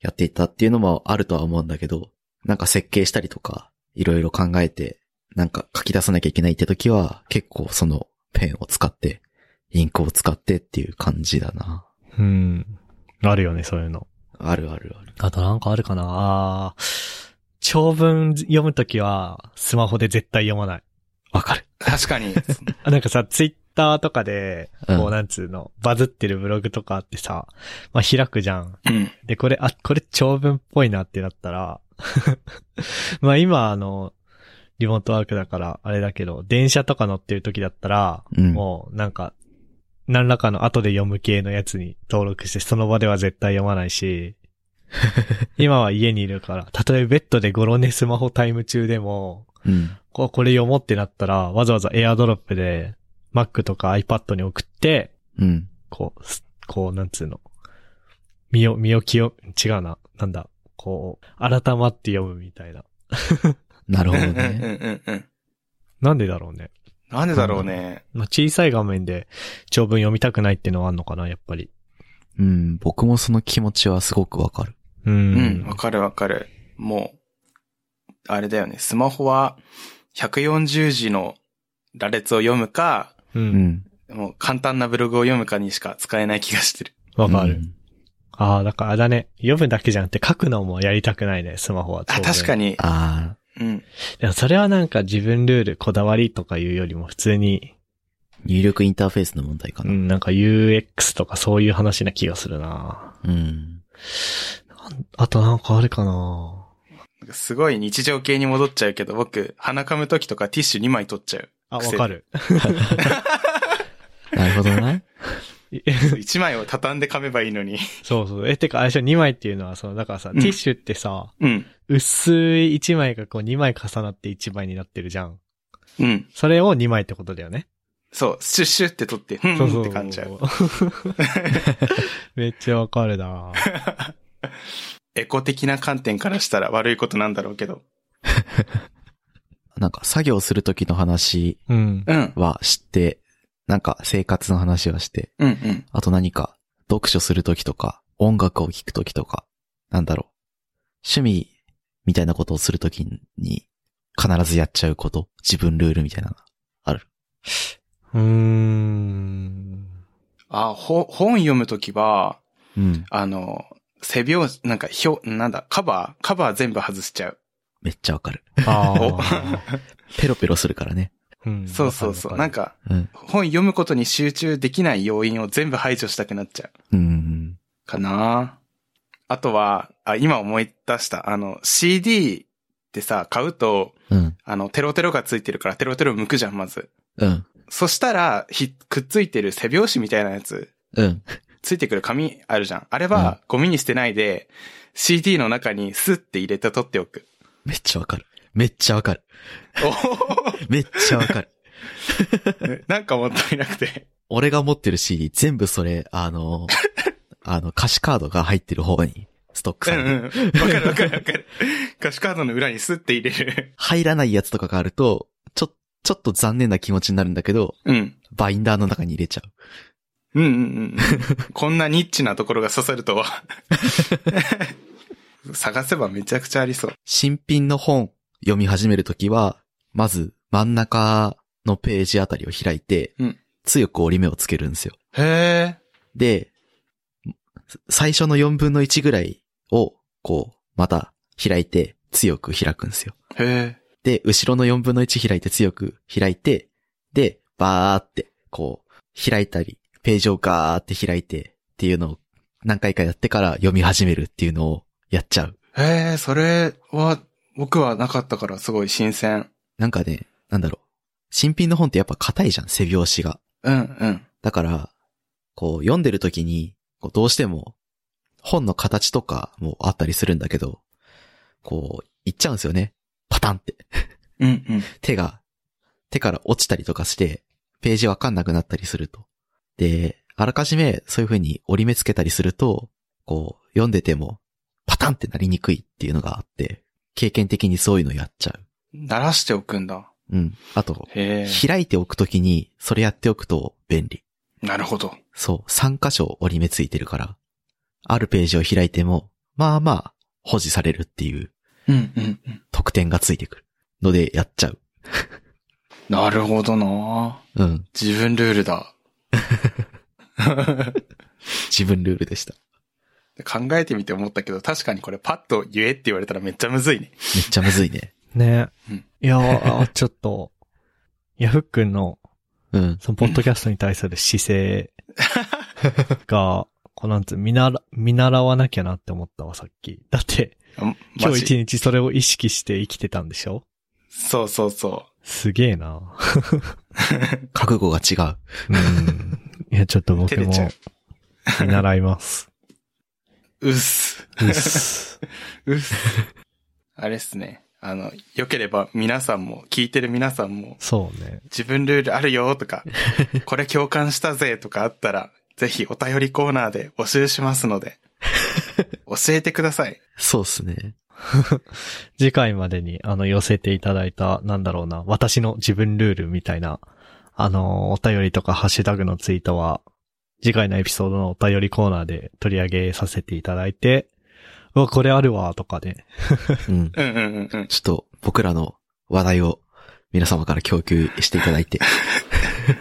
Speaker 3: やっていたっていうのもあるとは思うんだけど、なんか設計したりとか、いろいろ考えて、なんか書き出さなきゃいけないってときは、結構そのペンを使って、インクを使ってっていう感じだな。
Speaker 1: うん。あるよね、そういうの。
Speaker 3: あるあるある。
Speaker 1: あとなんかあるかなあー長文読むときは、スマホで絶対読まない。わかる。
Speaker 2: 確かに。
Speaker 1: あなんかさ、ツイッターとかで、
Speaker 3: うん
Speaker 1: こうなんつうの、バズってるブログとかあってさ、まあ開くじゃん。
Speaker 2: うん。
Speaker 1: で、これ、あ、これ長文っぽいなってなったら、 まあ今、あの、リモートワークだから、あれだけど、電車とか乗ってる時だったら、
Speaker 3: うん。
Speaker 1: もうなんか、何らかの後で読む系のやつに登録して、その場では絶対読まない し、今は家にいるから、たとえベッドでゴロ寝スマホタイム中でも、
Speaker 3: うん。
Speaker 1: ここれ読もうってなったら、わざわざエアドロップで Mac とか iPad に送って、
Speaker 3: うん。
Speaker 1: こう、すこう、なんつうの。身を、身を清、違うな。なんだ。こう、改まって読むみたいな。
Speaker 3: なる
Speaker 2: う
Speaker 3: ほ
Speaker 2: んう
Speaker 3: ど
Speaker 2: ん
Speaker 3: ね。
Speaker 2: うんうん。
Speaker 1: なんでだろうね。
Speaker 2: なんでだろうね。
Speaker 1: まあ、小さい画面で長文読みたくないってのはあんのかな、やっぱり。
Speaker 3: うん。僕もその気持ちはすごくわかる。
Speaker 1: う。
Speaker 2: うんん、わかるわかる。もう、あれだよね。スマホは140字の羅列を読むか、
Speaker 1: う。
Speaker 3: うんん。
Speaker 2: もう簡単なブログを読むかにしか使えない気がしてる。
Speaker 1: わかる。
Speaker 3: うん。
Speaker 1: ああ、だからあれだね。読むだけじゃなくて書くのもやりたくないね、スマホは。
Speaker 2: あ、確か
Speaker 1: に。
Speaker 2: に。
Speaker 3: あ
Speaker 2: うん。
Speaker 1: でもそれはなんか自分ルール、こだわりとかいうよりも普通に、
Speaker 3: ー入力インターフェースの問題か
Speaker 1: う
Speaker 3: な。
Speaker 1: ん、なんか UX とかそういう話な気がするな
Speaker 3: うん。
Speaker 1: あとなんかあれかな
Speaker 2: すごい日常系に戻っちゃうけど、僕、鼻噛む時とかティッシュ2枚取っちゃう。
Speaker 1: あ、わ
Speaker 2: 癖
Speaker 1: かる。
Speaker 3: なるほどね。
Speaker 2: 1枚を畳んで噛めばいいのに。
Speaker 1: そうそう。え、てか、あれでしょ、2枚っていうのは、その、だからさ、
Speaker 2: うん
Speaker 1: ティッシュってさ、
Speaker 2: うん。
Speaker 1: 薄い1枚がこう2枚重なって1枚になってるじゃん。
Speaker 2: うん。
Speaker 1: それを2枚ってことだよね。
Speaker 2: そう、シュッシュって取って、ふん
Speaker 1: そうそう。
Speaker 2: ふんって感じちゃう。
Speaker 1: めっちゃわかるな
Speaker 2: エコ的な観点からしたら悪いことなんだろうけど。
Speaker 3: なんか作業する時の話
Speaker 1: うん。
Speaker 2: うん。
Speaker 3: はして、なんか生活の話はして、
Speaker 2: うんうん。
Speaker 3: あと何か読書する時とか、音楽を聴く時とか、なんだろう。趣味みたいなことをする時に必ずやっちゃうこと、自分ルールみたいなの。
Speaker 1: うーん。
Speaker 2: あ、ほ、本読むときは、
Speaker 3: うん。
Speaker 2: あの、背表、なんか、表、なんだ、カバー、カバー全部外しちゃう。
Speaker 3: めっちゃわかる。
Speaker 1: あ
Speaker 2: お
Speaker 1: あ。
Speaker 3: ペロペロするからね。
Speaker 1: うん
Speaker 2: そうそうそう。なん、か、
Speaker 3: うん。
Speaker 2: 本読むことに集中できない要因を全部排除したくなっちゃう。
Speaker 3: うん。
Speaker 2: かなあとは、あ、今思い出した。あの、CD ってさ、買うと、
Speaker 3: うん。
Speaker 2: あの、テロテロがついてるから、テロテロ剥くじゃん、まず。
Speaker 3: うん。
Speaker 2: そしたら、ひ、くっついてる背表紙みたいなやつ、
Speaker 3: うん。
Speaker 2: ついてくる紙あるじゃん。あれは、ゴミに捨てないで、CD の中にスッて入れて取っておく。
Speaker 3: めっちゃわかる。めっちゃわかる。
Speaker 2: おー
Speaker 3: めっちゃわか る。
Speaker 2: なんかもったいなくて。
Speaker 3: 俺が持ってる CD 全部それ、あの、あの、歌詞カードが入ってる方にストック
Speaker 2: う
Speaker 3: さ
Speaker 2: ん
Speaker 3: れて
Speaker 2: う
Speaker 3: る
Speaker 2: ん。わかるわかるわかる。歌詞カードの裏にスッて入れる。
Speaker 3: 入らないやつとかがあると、ちょ、ちょっと残念な気持ちになるんだけど、
Speaker 2: うん。
Speaker 3: バインダーの中に入れちゃう。
Speaker 2: うんうんうん。こんなニッチなところが刺さる とは。探せばめちゃくちゃありそう。
Speaker 3: 新品の本読み始めるときは、まず真ん中のページあたりを開いて、
Speaker 2: うん
Speaker 3: 強く折り目をつけるんですよ。
Speaker 2: へえ。
Speaker 3: で、最初の4分の1ぐらいを、こう、また開いて強く開くんですよ。
Speaker 2: へえ。
Speaker 3: で、後ろの4分の1開いて強く開いて、で、バーって、こう、開いたり、ページをガーって開いてっていうのを何回かやってから読み始めるっていうのをやっちゃう。
Speaker 2: へえ、それは、僕はなかったからすごい新鮮。
Speaker 3: なんかね、なんだろう。新品の本ってやっぱ硬いじゃん、背拍子が。
Speaker 2: うん、うん。
Speaker 3: だから、こう読んでる時に、こうどうしても本の形とかもあったりするんだけど、こう、いっちゃうんですよね。パタンって。
Speaker 2: うん、うん。
Speaker 3: 手が、手から落ちたりとかして、ページわかんなくなったりすると。で、あらかじめそういう風に折り目つけたりすると、こう、読んでても、パタンってなりにくいっていうのがあって、経験的にそういうのやっちゃ
Speaker 2: 鳴らしておくんだ。
Speaker 3: う。うん。あと、
Speaker 2: へ
Speaker 3: 開いておくときに、それやっておくと便利。
Speaker 2: え。なるほど。
Speaker 3: そう、3箇所折り目ついてるから、あるページを開いても、まあまあ、保持されるっていう
Speaker 2: うん、うん、うん。
Speaker 3: 特典がついてくる。ので、やっちゃう。
Speaker 2: なるほどな
Speaker 3: うん。
Speaker 2: 自分ルールだ。
Speaker 3: 自分ルールでした。
Speaker 2: 考えてみて思ったけど、確かにこれパッと言えって言われたらめっちゃむずいね。
Speaker 3: めっちゃむずいね。
Speaker 1: ね
Speaker 2: うん。
Speaker 1: いやー、ちょっと、ヤフックンの、
Speaker 3: うん。
Speaker 1: その、ポッドキャストに対する姿勢が、こうなんつう、見習、見習わなきゃなって思ったわ、さっき。だって、
Speaker 2: あマジ
Speaker 1: 今日一日それを意識して生きてたんでしょ
Speaker 2: そうそうそ
Speaker 1: すげえな。
Speaker 3: 覚悟が違う。
Speaker 1: うん。いや、ちょっと僕
Speaker 2: 照れ
Speaker 1: も
Speaker 2: ちゃう、
Speaker 1: 見習います。
Speaker 2: う。うっす。
Speaker 1: うっす。
Speaker 2: うっす。 あれっすね。あの、良ければ皆さんも、聞いてる皆さんも、
Speaker 1: そうね。
Speaker 2: 自分ルールあるよと か、これ共感したぜとかあったら、ぜひお便りコーナーで募集しますの で、教えてください。
Speaker 3: そうっすね。
Speaker 1: 次回までに、あの、寄せていただいた、なんだろうな、私の自分ルールみたいな、あの、お便りとかハッシュタグのツイートは、次回のエピソードのお便りコーナーで取り上げさせていただいて、うわ、これあるわ、とかね。
Speaker 3: うん。
Speaker 2: うんうんうんうん。
Speaker 3: ちょっと僕らの話題を皆様から供給していただいて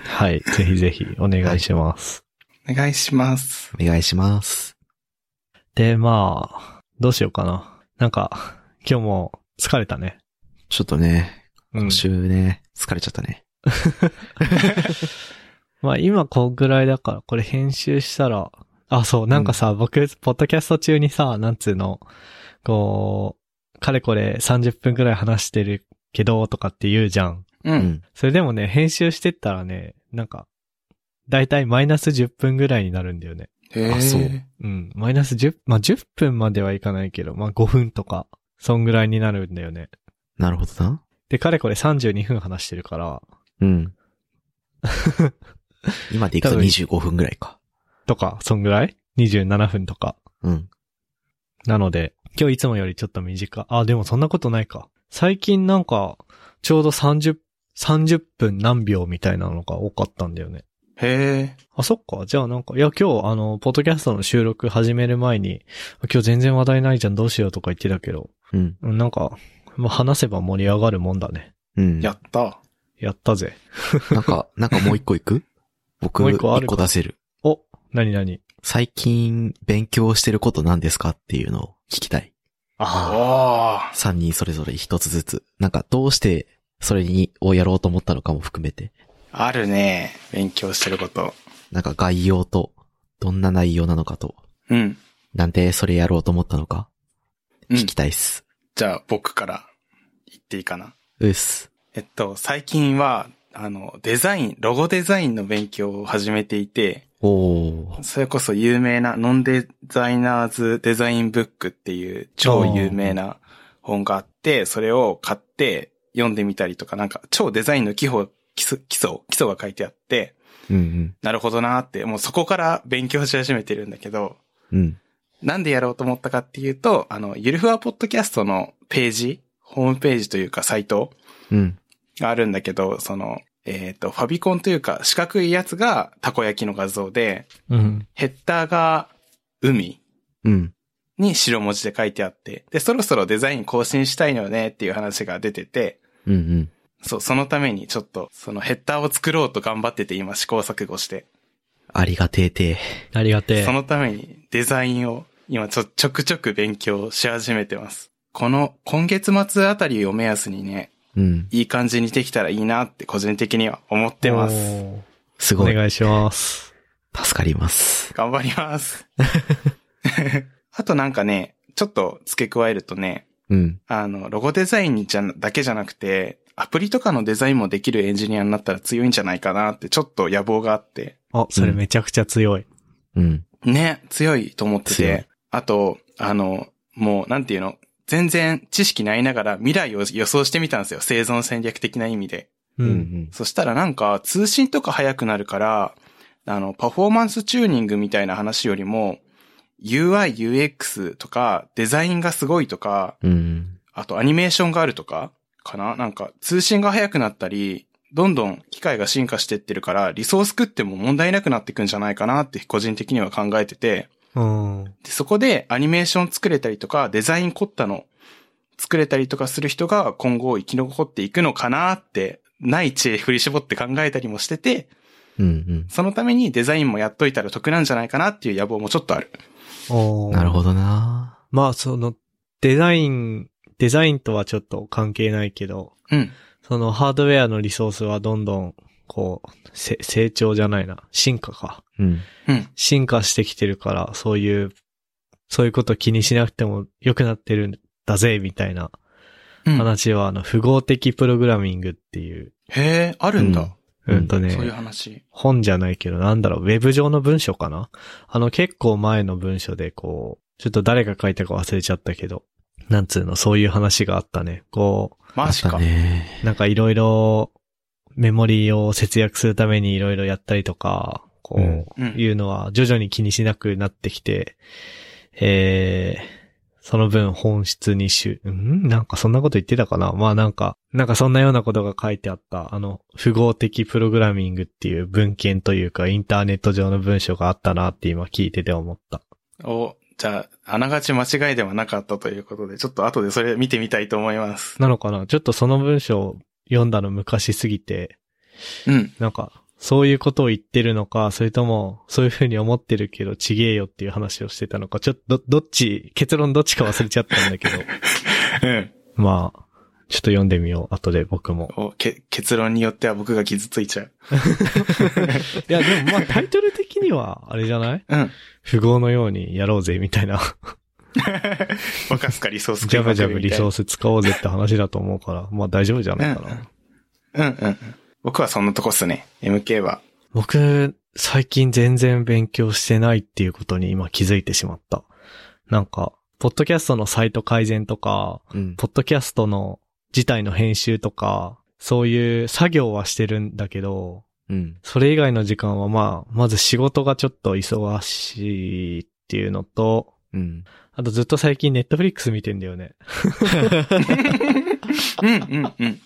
Speaker 1: はい、ぜひぜひお願いします。
Speaker 2: お願いします。
Speaker 3: お願いします。
Speaker 1: で、まあ、どうしようかな。なんか、今日も疲れたね。
Speaker 3: ちょっとね、
Speaker 1: うん
Speaker 3: 今。週ね、疲れちゃったね。
Speaker 1: まあ今こんぐらいだから、これ編集したら、あ、そう、なんかさ、僕、ポッドキャスト中にさ、なんつうの、こう、かれこれ30分ぐらい話してるけど、とかって言うじゃん。
Speaker 2: う。
Speaker 3: うんん。
Speaker 1: それでもね、編集してったらね、なんか、だいたいマイナス10分ぐらいになるんだよね。
Speaker 2: へー
Speaker 3: あそう
Speaker 1: うん、マイナス10、まあ10分まではいかないけど、まあ5分とか、そんぐらいになるんだよね。
Speaker 3: なるほどな。
Speaker 1: で、かれこれ32分話してるから、
Speaker 3: うん。今でいく
Speaker 1: 多
Speaker 3: と
Speaker 1: 分
Speaker 3: 25分ぐらいか。
Speaker 1: とか、そんぐらい ?27 分とか。
Speaker 3: うん。
Speaker 1: なので、今日いつもよりちょっと短。あ、でもそんなことないか。最近なんか、ちょうど30、30分何秒みたいなのが多かったんだよね。
Speaker 2: へえ。
Speaker 1: あ、そっか。じゃあなんか、いや今日あの、ポッドキャストの収録始める前に、今日全然話題ないじゃんどうしようとか言ってたけど、
Speaker 3: うん。
Speaker 1: うんなんか、まあ、話せば盛り上がるもんだね。
Speaker 3: うん。
Speaker 2: やった。
Speaker 1: やったぜ。
Speaker 3: なんか、なんかもう一個いく僕、
Speaker 1: もう一個ある
Speaker 3: 一個出せる。
Speaker 1: お、なになに
Speaker 3: 最近勉強してること何ですかっていうのを聞きたい。
Speaker 1: あ
Speaker 2: おー。
Speaker 3: 3人それぞれ一つずつ。なんかどうしてそれにをやろうと思ったのかも含めて。
Speaker 2: あるね。勉強してること。
Speaker 3: なんか概要と、どんな内容なのかと、
Speaker 2: うん。
Speaker 3: なんでそれやろうと思ったのか、
Speaker 2: うん
Speaker 3: 聞きたいっす。
Speaker 2: じゃあ僕から言っていいかな。
Speaker 3: うっす。
Speaker 2: えっと、最近は、あの、デザイン、ロゴデザインの勉強を始めていて、
Speaker 3: おー。
Speaker 2: それこそ有名なノンデザイナーズデザインブックっていう超有名な本があって、それを買って読んでみたりとか、なんか超デザインの基本、基礎、基礎、基礎が書いてあって、
Speaker 3: うん
Speaker 2: なるほどなーって、もうそこから勉強し始めてるんだけど、
Speaker 3: うん。うん。
Speaker 2: なんでやろうと思ったかっていうと、あの、ゆるふわポッドキャストのページ、ホームページというかサイト
Speaker 3: うん。
Speaker 2: があるんだけど、その、えっ、と、ファビコンというか四角いやつがたこ焼きの画像で、
Speaker 1: あ。うん。
Speaker 2: ヘッダーが海
Speaker 3: うん。
Speaker 2: に白文字で書いてあって、で、そろそろデザイン更新したいのよねっていう話が出てて、
Speaker 3: うんうん。
Speaker 2: そう、そのためにちょっと、そのヘッダーを作ろうと頑張ってて今試行錯誤して、
Speaker 3: ありがてえて
Speaker 1: ありがてえ。
Speaker 2: そのためにデザインを今ちょ、ちょくちょく勉強し始めてます。この今月末あたりを目安にね、
Speaker 3: うん。
Speaker 2: いい感じにできたらいいなって個人的には思ってます。
Speaker 1: おー
Speaker 3: す
Speaker 1: お
Speaker 3: ごい。
Speaker 1: 願いします。
Speaker 3: 助かります。
Speaker 2: 頑張ります。 あとなんかね、ちょっと付け加えるとね、
Speaker 3: うん。
Speaker 2: あの、ロゴデザインじゃなだけじゃなくて、アプリとかのデザインもできるエンジニアになったら強いんじゃないかなってちょっと野望があって。
Speaker 1: あ、それめちゃくちゃ強い。
Speaker 3: うん。
Speaker 2: ね、強いと思って
Speaker 3: 強い
Speaker 2: て。あと、あの、もう、なんていうの、全然知識ないながら未来を予想してみたんですよ。生存戦略的な意味で。
Speaker 1: う。
Speaker 3: うんん。
Speaker 2: そしたらなんか通信とか速くなるから、あの、パフォーマンスチューニングみたいな話よりも、UI、UX とか、デザインがすごいとか、
Speaker 3: うん。
Speaker 2: あとアニメーションがあるとか、かななんか通信が速くなったり、どんどん機械が進化してってるから、リソース食っても問題なくなってくんじゃないかなって個人的には考えてて、
Speaker 1: うん。
Speaker 2: でそこでアニメーション作れたりとか、デザイン凝ったの作れたりとかする人が今後生き残っていくのかなって、ない知恵振り絞って考えたりもしてて、
Speaker 3: うん。
Speaker 2: そのためにデザインもやっといたら得なんじゃないかなっていう野望もちょっとある。
Speaker 1: お
Speaker 3: う
Speaker 1: ー
Speaker 3: ん。なるほどな
Speaker 1: まあ、その、デザイン、デザインとはちょっと関係ないけど、
Speaker 2: うん。
Speaker 1: そのハードウェアのリソースはどんどん、こう、せ成長じゃないな。進化か。
Speaker 3: うん。
Speaker 2: うん。
Speaker 1: 進化してきてるから、そういう、そういうこと気にしなくても良くなってるんだぜ、みたいな
Speaker 2: うん、へ
Speaker 1: 話は、あの、符号的プログラミングっていう、
Speaker 2: え、あるんだ、
Speaker 3: うん
Speaker 1: うんとね、
Speaker 2: そういう話。
Speaker 1: 本じゃないけど、なんだろう、ウェブ上の文章かなあの、結構前の文章で、こう、ちょっと誰が書いたか忘れちゃったけど、なんつうの、そういう話があったね。こ
Speaker 2: マジ
Speaker 3: あ
Speaker 2: か。
Speaker 3: ったね
Speaker 1: う、なんかいろいろ、メモリーを節約するためにいろいろやったりとか、こう、
Speaker 3: うん
Speaker 2: うん
Speaker 1: いうのは徐々に気にしなくなってきて、えー、その分本質にしゅ、うんなんかそんなこと言ってたかなまあなんか、なんかそんなようなことが書いてあった、あの、符号的プログラミングっていう文献というか、インターネット上の文章があったなって今聞いてて思った。
Speaker 2: お、じゃあ、あながち間違いではなかったということで、ちょっと後でそれ見てみたいと思います。
Speaker 1: なのかなちょっとその文章を読んだの昔すぎて、
Speaker 2: うん。
Speaker 1: なんか、そういうことを言ってるのか、それとも、そういうふうに思ってるけど、ちげえよっていう話をしてたのか、ちょっと、ど、どっち、結論どっちか忘れちゃったんだけ ど。
Speaker 2: うん。
Speaker 1: まあ、ちょっと読んでみよう、後で僕も。
Speaker 2: おけ結論によっては僕が傷ついちゃう。
Speaker 1: いや、でもまあ、タイトル的には、あれじゃない
Speaker 2: うん。
Speaker 1: 符号のようにやろうぜ、みた いな。
Speaker 2: 若すかリソース
Speaker 1: ジャブジャブリソー
Speaker 2: ス。
Speaker 1: ス使おうぜって話だと思うから、まあ大丈夫じゃないか
Speaker 2: うんう
Speaker 1: な。
Speaker 2: うんうんうん。僕はそんなとこっすね。MK は。
Speaker 1: 僕、最近全然勉強してないっていうことに今気づいてしまった。なんか、ポッドキャストのサイト改善とか、
Speaker 3: うん。
Speaker 1: ポッドキャストの自体の編集とか、そういう作業はしてるんだけど、
Speaker 3: うん。
Speaker 1: それ以外の時間はまあ、まず仕事がちょっと忙しいっていうのと、
Speaker 3: うん。
Speaker 1: あとずっと最近ネットフリックス見てんだよね。
Speaker 2: うんうんうん。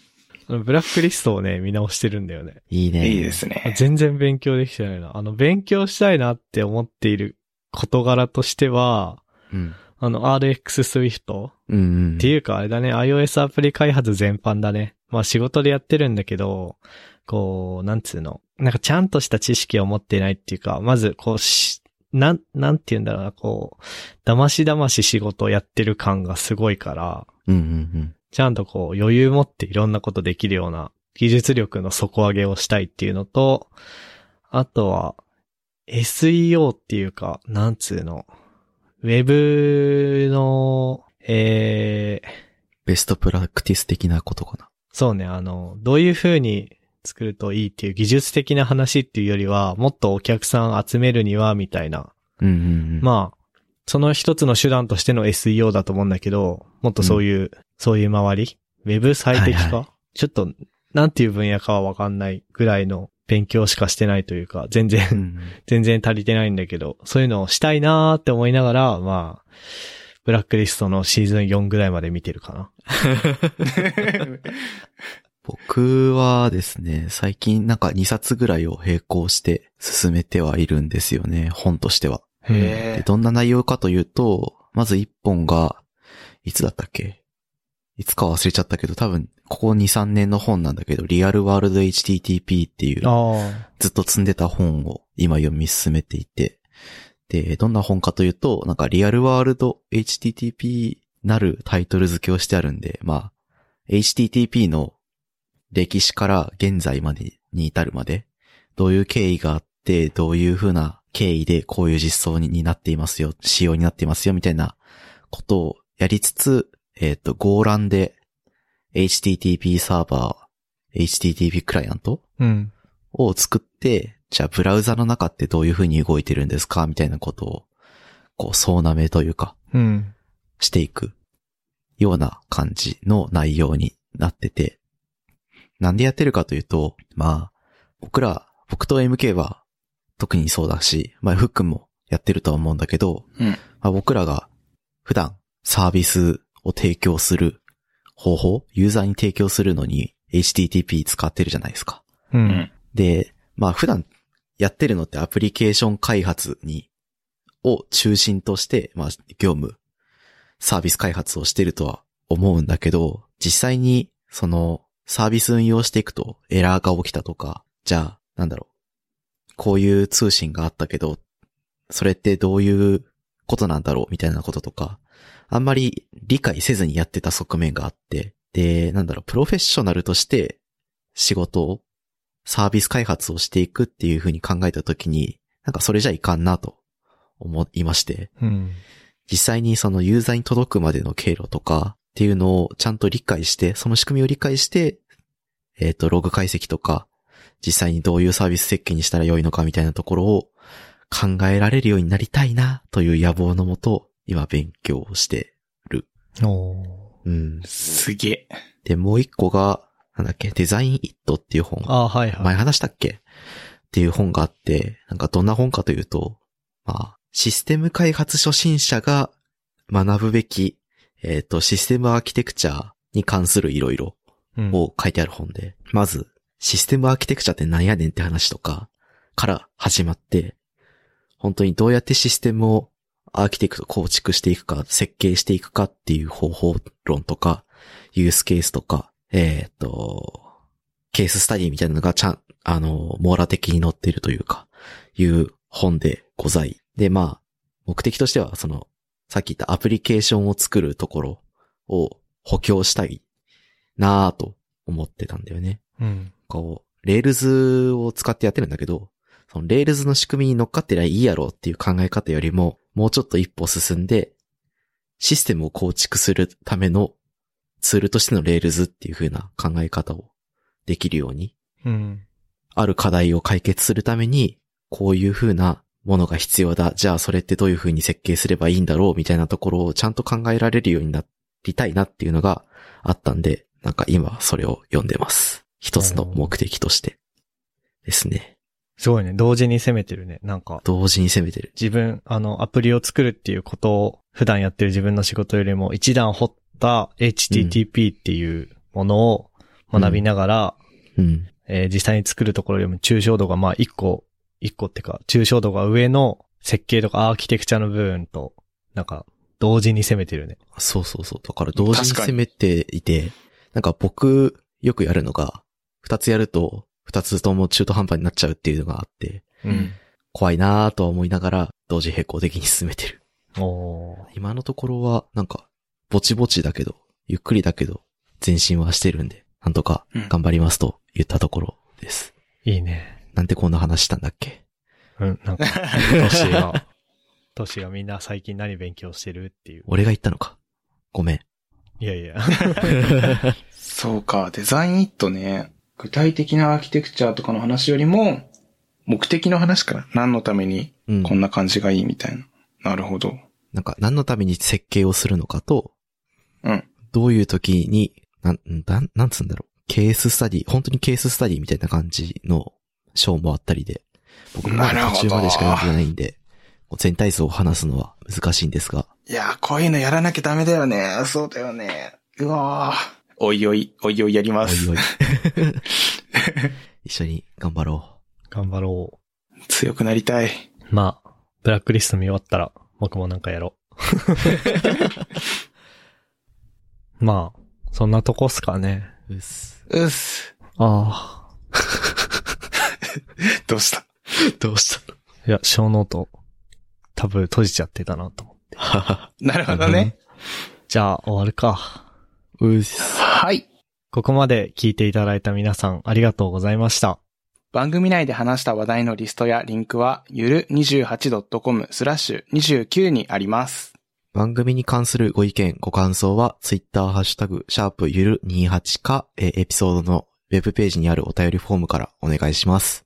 Speaker 1: あのブラックリストをね、見直してるんだよね。
Speaker 3: いいね。
Speaker 2: いいで。す ね。
Speaker 1: 全然勉強できてないな。あの、勉強したいなって思っている事柄としては、
Speaker 3: うん。
Speaker 1: あの、RX Swift
Speaker 3: うんうん。
Speaker 1: って
Speaker 3: う。
Speaker 1: いうかあれだね、iOS アプリ開発全般だね。まあ仕事でやってるんだけど、こう、なんつうの。なんかちゃんとした知識を持ってないっていうか、まずこうし、なん、なんて言うんだろうな、こう、騙し騙し仕事をやってる感がすごいから、
Speaker 3: うんうん
Speaker 1: ちゃんとこう余裕持っていろんなことできるような技術力の底上げをしたいっていうのと、あとは SEO っていうか、なんつうの、ウェブの、えー、
Speaker 3: ベストプラクティス的なことか
Speaker 1: そうね、あの、どういう風に作るといいっていう技術的な話っていうよりは、もっとお客さん集めるには、みたいな。
Speaker 3: な。うんうんうん。
Speaker 1: まあ、その一つの手段としての SEO だと思うんだけど、もっとそういう、そういう周りウェブ最適化、
Speaker 3: はいは
Speaker 1: ちょっと、なんていう分野かはわかんないぐらいの勉強しかしてないというか、全然
Speaker 3: う、 ん
Speaker 1: 全然足りてないんだけど、そういうのをしたいなーって思いながら、まあ、ブラックリストのシーズン4ぐらいまで見てるかな。
Speaker 3: 僕はですね、最近なんか2冊ぐらいを並行して進めてはいるんですよね、本としては。で
Speaker 2: へえ。
Speaker 3: どんな内容かというと、まず1本が、いつだったっけいつか忘れちゃったけど、多分、ここ2、3年の本なんだけど、リアルワールド HTTP っていう、
Speaker 1: あ
Speaker 3: ずっと積んでた本を今読み進めていて、で、どんな本かというと、なんかリアルワールド HTTP なるタイトル付けをしてあるんで、まあ、HTTP の歴史から現在までに至るまで、どういう経緯があって、どういうふうな経緯でこういう実装にになっていますよ、仕様になっていますよ、みたいなことをやりつつ、えっ、と、ゴーランで HTTP サーバー、HTTP クライアント
Speaker 1: うん。
Speaker 3: を作って、じゃあブラウザの中ってどういう風に動いてるんですかみたいなことを、こう、総なめというか、
Speaker 1: うん。
Speaker 3: していくような感じの内容になってて、なんでやってるかというと、まあ、僕ら、僕と MK は特にそうだし、まあ、フックもやってるとは思うんだけど、
Speaker 2: うん
Speaker 3: まあ、僕らが普段サービスを提供する方法、ユーザーに提供するのに HTTP 使ってるじゃないですか。
Speaker 1: う。
Speaker 2: うんん。
Speaker 3: で、まあ普段やってるのってアプリケーション開発に、を中心として、まあ業務、サービス開発をしてるとは思うんだけど、実際にそのサービス運用していくとエラーが起きたとか、じゃあなんだろう、こういう通信があったけど、それってどういうことなんだろうみたいなこととか、あんまり理解せずにやってた側面があって、で、なんだろう、プロフェッショナルとして仕事をサービス開発をしていくっていう風に考えたときに、なんかそれじゃいかんなと思いまして、
Speaker 1: うん。
Speaker 3: 実際にそのユーザーに届くまでの経路とかっていうのをちゃんと理解して、その仕組みを理解して、えっ、と、ログ解析とか、実際にどういうサービス設計にしたら良いのかみたいなところを考えられるようになりたいなという野望のもと、今勉強をして、
Speaker 1: おー
Speaker 3: うん。
Speaker 2: すげえ。
Speaker 3: で、もう一個が、なんだっけ、デザインイットっていう本。
Speaker 1: ああ、はいは
Speaker 3: 前
Speaker 1: い。
Speaker 3: 話したっけっていう本があって、なんかどんな本かというと、まあ、システム開発初心者が学ぶべき、えっ、と、システムアーキテクチャに関するいろいろ
Speaker 1: うん
Speaker 3: を書いてある本で、まず、システムアーキテクチャってなんやねんって話とかから始まって、本当にどうやってシステムをアーキテクト構築していくか、設計していくかっていう方法論とか、ユースケースとか、えーっと、ケーススタディみたいなのがちゃん、あの、網羅的に載っているというか、いう本でござい。で、まあ、目的としては、その、さっき言ったアプリケーションを作るところを補強したいなぁと思ってたんだよね。
Speaker 1: うん。
Speaker 3: こう、レールズを使ってやってるんだけど、そのレールズの仕組みに乗っかってりゃいいやろっていう考え方よりも、もうちょっと一歩進んで、システムを構築するためのツールとしてのレールズっていう風な考え方をできるように、
Speaker 1: うん。
Speaker 3: ある課題を解決するために、こういう風なものが必要だ。じゃあそれってどういう風に設計すればいいんだろうみたいなところをちゃんと考えられるようになりたいなっていうのがあったんで、なんか今それを読んでます。一つの目的として。ですね。
Speaker 1: すごいね。同時に攻めてるね。なんか、
Speaker 3: 同時に攻めてる。
Speaker 1: 自分、あの、アプリを作るっていうことを、普段やってる自分の仕事よりも、一段掘った HTTP っていうものを学びながら、
Speaker 3: うん。
Speaker 1: えー実際に作るところよりも抽象度がまあ一個、一個ってか、抽象度が上の設計とかアーキテクチャの部分と、なんか、同時に攻めてるね。
Speaker 3: そうそうそう。だから同時に
Speaker 2: 確かに
Speaker 3: 攻めていて、なんか僕よくやるのが、二つやると、二つとも中途半端になっちゃうっていうのがあって、
Speaker 1: う。
Speaker 3: 怖いなぁとは思いながら、同時並行的に進めてる。
Speaker 1: おー
Speaker 3: 今のところは、なんか、ぼちぼちだけど、ゆっくりだけど、前進はしてるんで、なんとか
Speaker 2: うん
Speaker 3: 頑張りますと言ったところです。
Speaker 1: いいね。
Speaker 3: なんてこんな話したんだっけ
Speaker 1: うん、 なんか、トシ が、トシがみんな最近何勉強してるっていう。
Speaker 3: 俺が言ったのか。ごめん。
Speaker 1: いやい や。
Speaker 2: そうか、デザインイットね。具体的なアーキテクチャとかの話よりも、目的の話から何のために
Speaker 3: うん。
Speaker 2: こんな感じがいいみたいな。なるほど。
Speaker 3: なんか、何のために設計をするのかと、
Speaker 2: うん。
Speaker 3: どういう時に、なん、なん、なんつうんだろう。ケーススタディ、本当にケーススタディみたいな感じの章もあったりで、僕ま
Speaker 2: なる
Speaker 3: だ
Speaker 2: ほど
Speaker 3: 途中までしか読んでないんで、もう全体像を話すのは難しいんですが、
Speaker 2: いやー、こういうのやらなきゃダメだよね。そうだよね。うわー。おいおい、おいおいやりま
Speaker 3: おい
Speaker 2: す
Speaker 3: お。 い一緒に頑張ろう。
Speaker 1: 頑張ろ
Speaker 2: 強くなりたい。
Speaker 1: う。まあ、ブラックリスト見終わったら、僕もなんかやろ う。まあ、そんなとこっすかね。
Speaker 3: うっ す。
Speaker 2: うっす。
Speaker 1: ああ。
Speaker 2: どうした
Speaker 3: どうしたの
Speaker 1: いや、小ノート、多分閉じちゃってたなと思って。
Speaker 2: なるほどね。
Speaker 1: じゃあ、終わるか。
Speaker 3: うっす。
Speaker 2: はい。
Speaker 4: ここまで聞いていただいた皆さんありがとうございました。
Speaker 2: 番組内で話した話題のリストやリンクは、ゆる 28.com スラッシュ29にあります。
Speaker 3: 番組に関するご意見、ご感想は、ツイッターハッシュタグ、シャープゆる28か、えーエピソードのウェブページにあるお便りフォームからお願いします。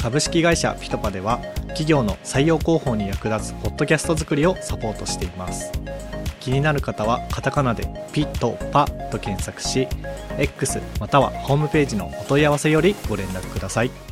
Speaker 1: 株式会社ピトパでは企業の採用広報に役立つポッドキャスト作りをサポートしています気になる方はカタカナでピトパと検索し X またはホームページのお問い合わせよりご連絡ください。